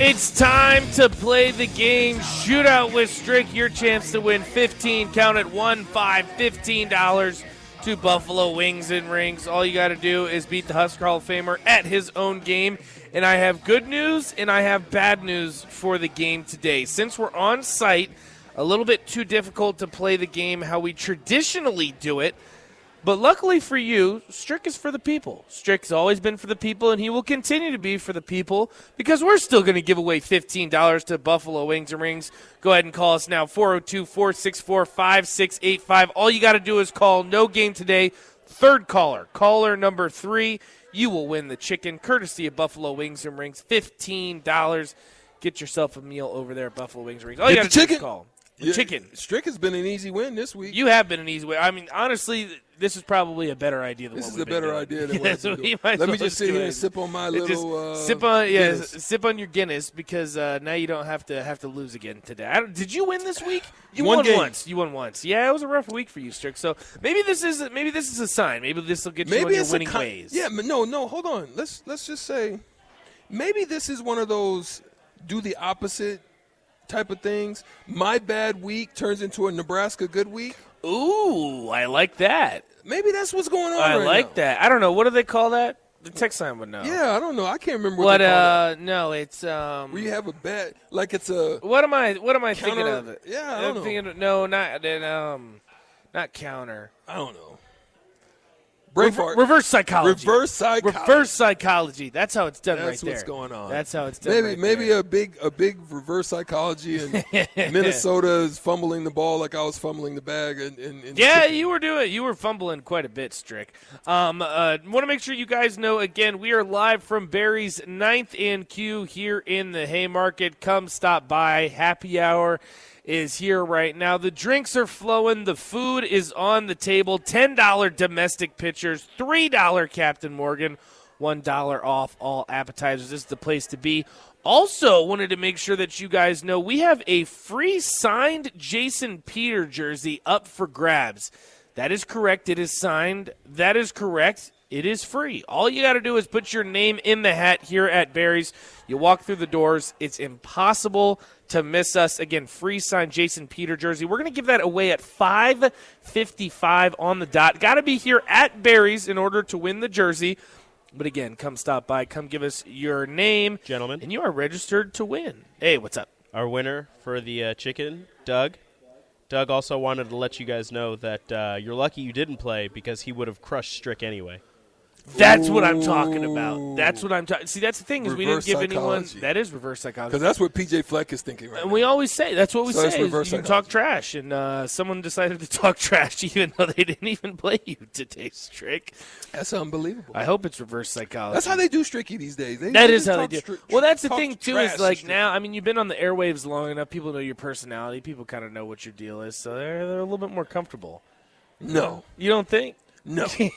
It's time to play the game Shootout with Strick. Your chance to win 15, count it 1, 5, $15 to Buffalo Wings and Rings. All you got to do is beat the Husker Hall of Famer at his own game. And I have good news and I have bad news for the game today. Since we're on site, a little bit too difficult to play the game how we traditionally do it. But luckily for you, Strick is for the people. Strick's always been for the people, and he will continue to be for the people because we're still going to give away $15 to Buffalo Wings and Rings. Go ahead and call us now 402 464 5685. All you got to do is call no game today. Third caller, caller number three, you will win the chicken courtesy of Buffalo Wings and Rings. $15. Get yourself a meal over there at Buffalo Wings and Rings. All you Get got the to do is chicken. call. The Yeah, chicken. Strick has been an easy win this week. You have been an easy way. I mean, honestly, th- this is probably a better idea than this what is we've a been better doing. idea than Yeah, what so we're we doing. might as Let me well just sit here do and it. sip on my It little. just uh, sip on yeah, Guinness. s- sip on your Guinness because uh, now you don't have to have to lose again today. I don't, did you win this week? You One won game. once. You won once. Yeah, it was a rough week for you, Strick. So maybe this is maybe this is a sign. Maybe this will get you on Maybe your it's a winning con- ways. Yeah, but no, no. Hold on. Let's let's just say, maybe this is one of those do the opposite type of things. My bad week turns into a Nebraska good week. Ooh, I like that. Maybe that's what's going on. I right like now. that. I don't know what do they call that. The text line would know. Yeah, I don't know. I can't remember what. What? they call it. Uh, no, it's um. Where you have a bet, like it's a What am I? What am I thinking Counter- of? It? Yeah, I I'm don't know. Thinking of, no, not then. Um, not counter. I don't know. Braveheart. Reverse psychology. Reverse psychology. Reverse psychology. That's how it's done That's right there. what's going on. That's how it's done. Maybe right maybe there. a big a big reverse psychology and Minnesota is fumbling the ball like I was fumbling the bag and, and, and Yeah, you were doing. You were fumbling quite a bit, Strick. Um, uh, want to make sure you guys know again. We are live from Barry's ninth and Q here in the Haymarket. Come stop by. Happy hour is here right now. The drinks are flowing. The food is on the table. Ten dollar domestic pitchers. Three dollar Captain Morgan. one dollar off all appetizers. This is the place to be. Also, wanted to make sure that you guys know we have a free signed Jason Peter jersey up for grabs. That is correct. It is signed. That is correct. It is free. All you got to do is put your name in the hat here at Barry's. You walk through the doors. It's impossible to miss us. Again, free signed Jason Peter jersey. We're going to give that away at 5:55 on the dot. Got to be here at Barry's in order to win the jersey. But again, come stop by. Come give us your name, Gentlemen. and you are registered to win. Hey, what's up? Our winner for the uh, chicken, Doug. Doug also wanted to let you guys know that uh, you're lucky you didn't play because he would have crushed Strick anyway. That's what I'm talking about. That's what I'm talking. See, that's the thing is we didn't Reverse give anyone. psychology. That is reverse because psychology. that's what PJ Fleck is thinking right And now. we always say that's what we So say. that's is reverse you can talk trash, and uh, someone decided to talk trash even though they didn't even play you today's trick. That's unbelievable. I hope it's reverse psychology. that's how they do Stricky these days. They, That they is just how they talk do. stri- well, that's the talk thing too. trash Is to like Stricky. now, I mean, you've been on the airwaves long enough. People know your personality. People kind of know what your deal is, so they're, they're a little bit more comfortable. No, You don't think? no. You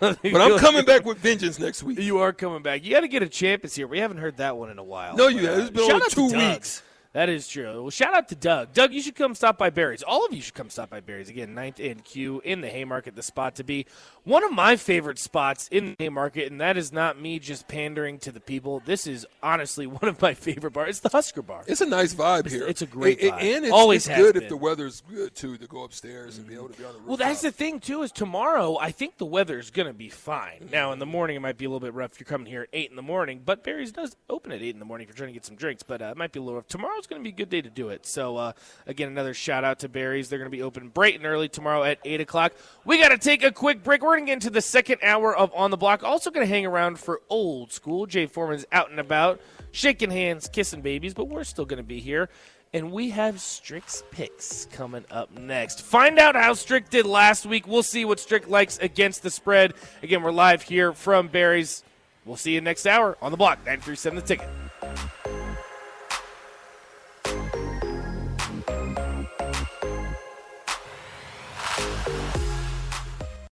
don't think But I'm you'll- coming back with vengeance next week. You are coming back. You got to get a champ is here. We haven't heard that one in a while. No, you But, uh, haven't. It's been shout over out to two Doug. weeks. That is true. Well, shout out to Doug. Doug, you should come stop by Barry's. All of you should come stop by Barry's. Again, 9th and Q in the Haymarket, the spot to be. One of my favorite spots in the Haymarket, and that is not me just pandering to the people. This is honestly one of my favorite bars. It's the Husker Bar. It's a nice vibe here. it's a great A- a- vibe. and it's, Always it's has good been. if the weather's good too to go upstairs and be able to be on the roof. Well, that's the thing too. Is tomorrow? I think the weather is going to be fine. Now in the morning, it might be a little bit rough. If you're coming here at eight in the morning, but Barry's does open at eight in the morning if you're trying to get some drinks. But uh, it might be a little rough. Tomorrow's going to be a good day to do it. So uh, again, another shout out to Barry's. They're going to be open bright and early tomorrow at eight o'clock. We got to take a quick break. We're going to get into the second hour of On the Block. Also going to hang around for old school. Jay Foreman's out and about, shaking hands, kissing babies, but we're still going to be here. And we have Strick's picks coming up next. Find out how Strick did last week. We'll see what Strick likes against the spread. Again, we're live here from Barry's. We'll see you next hour on the block. 937 the ticket. Strick.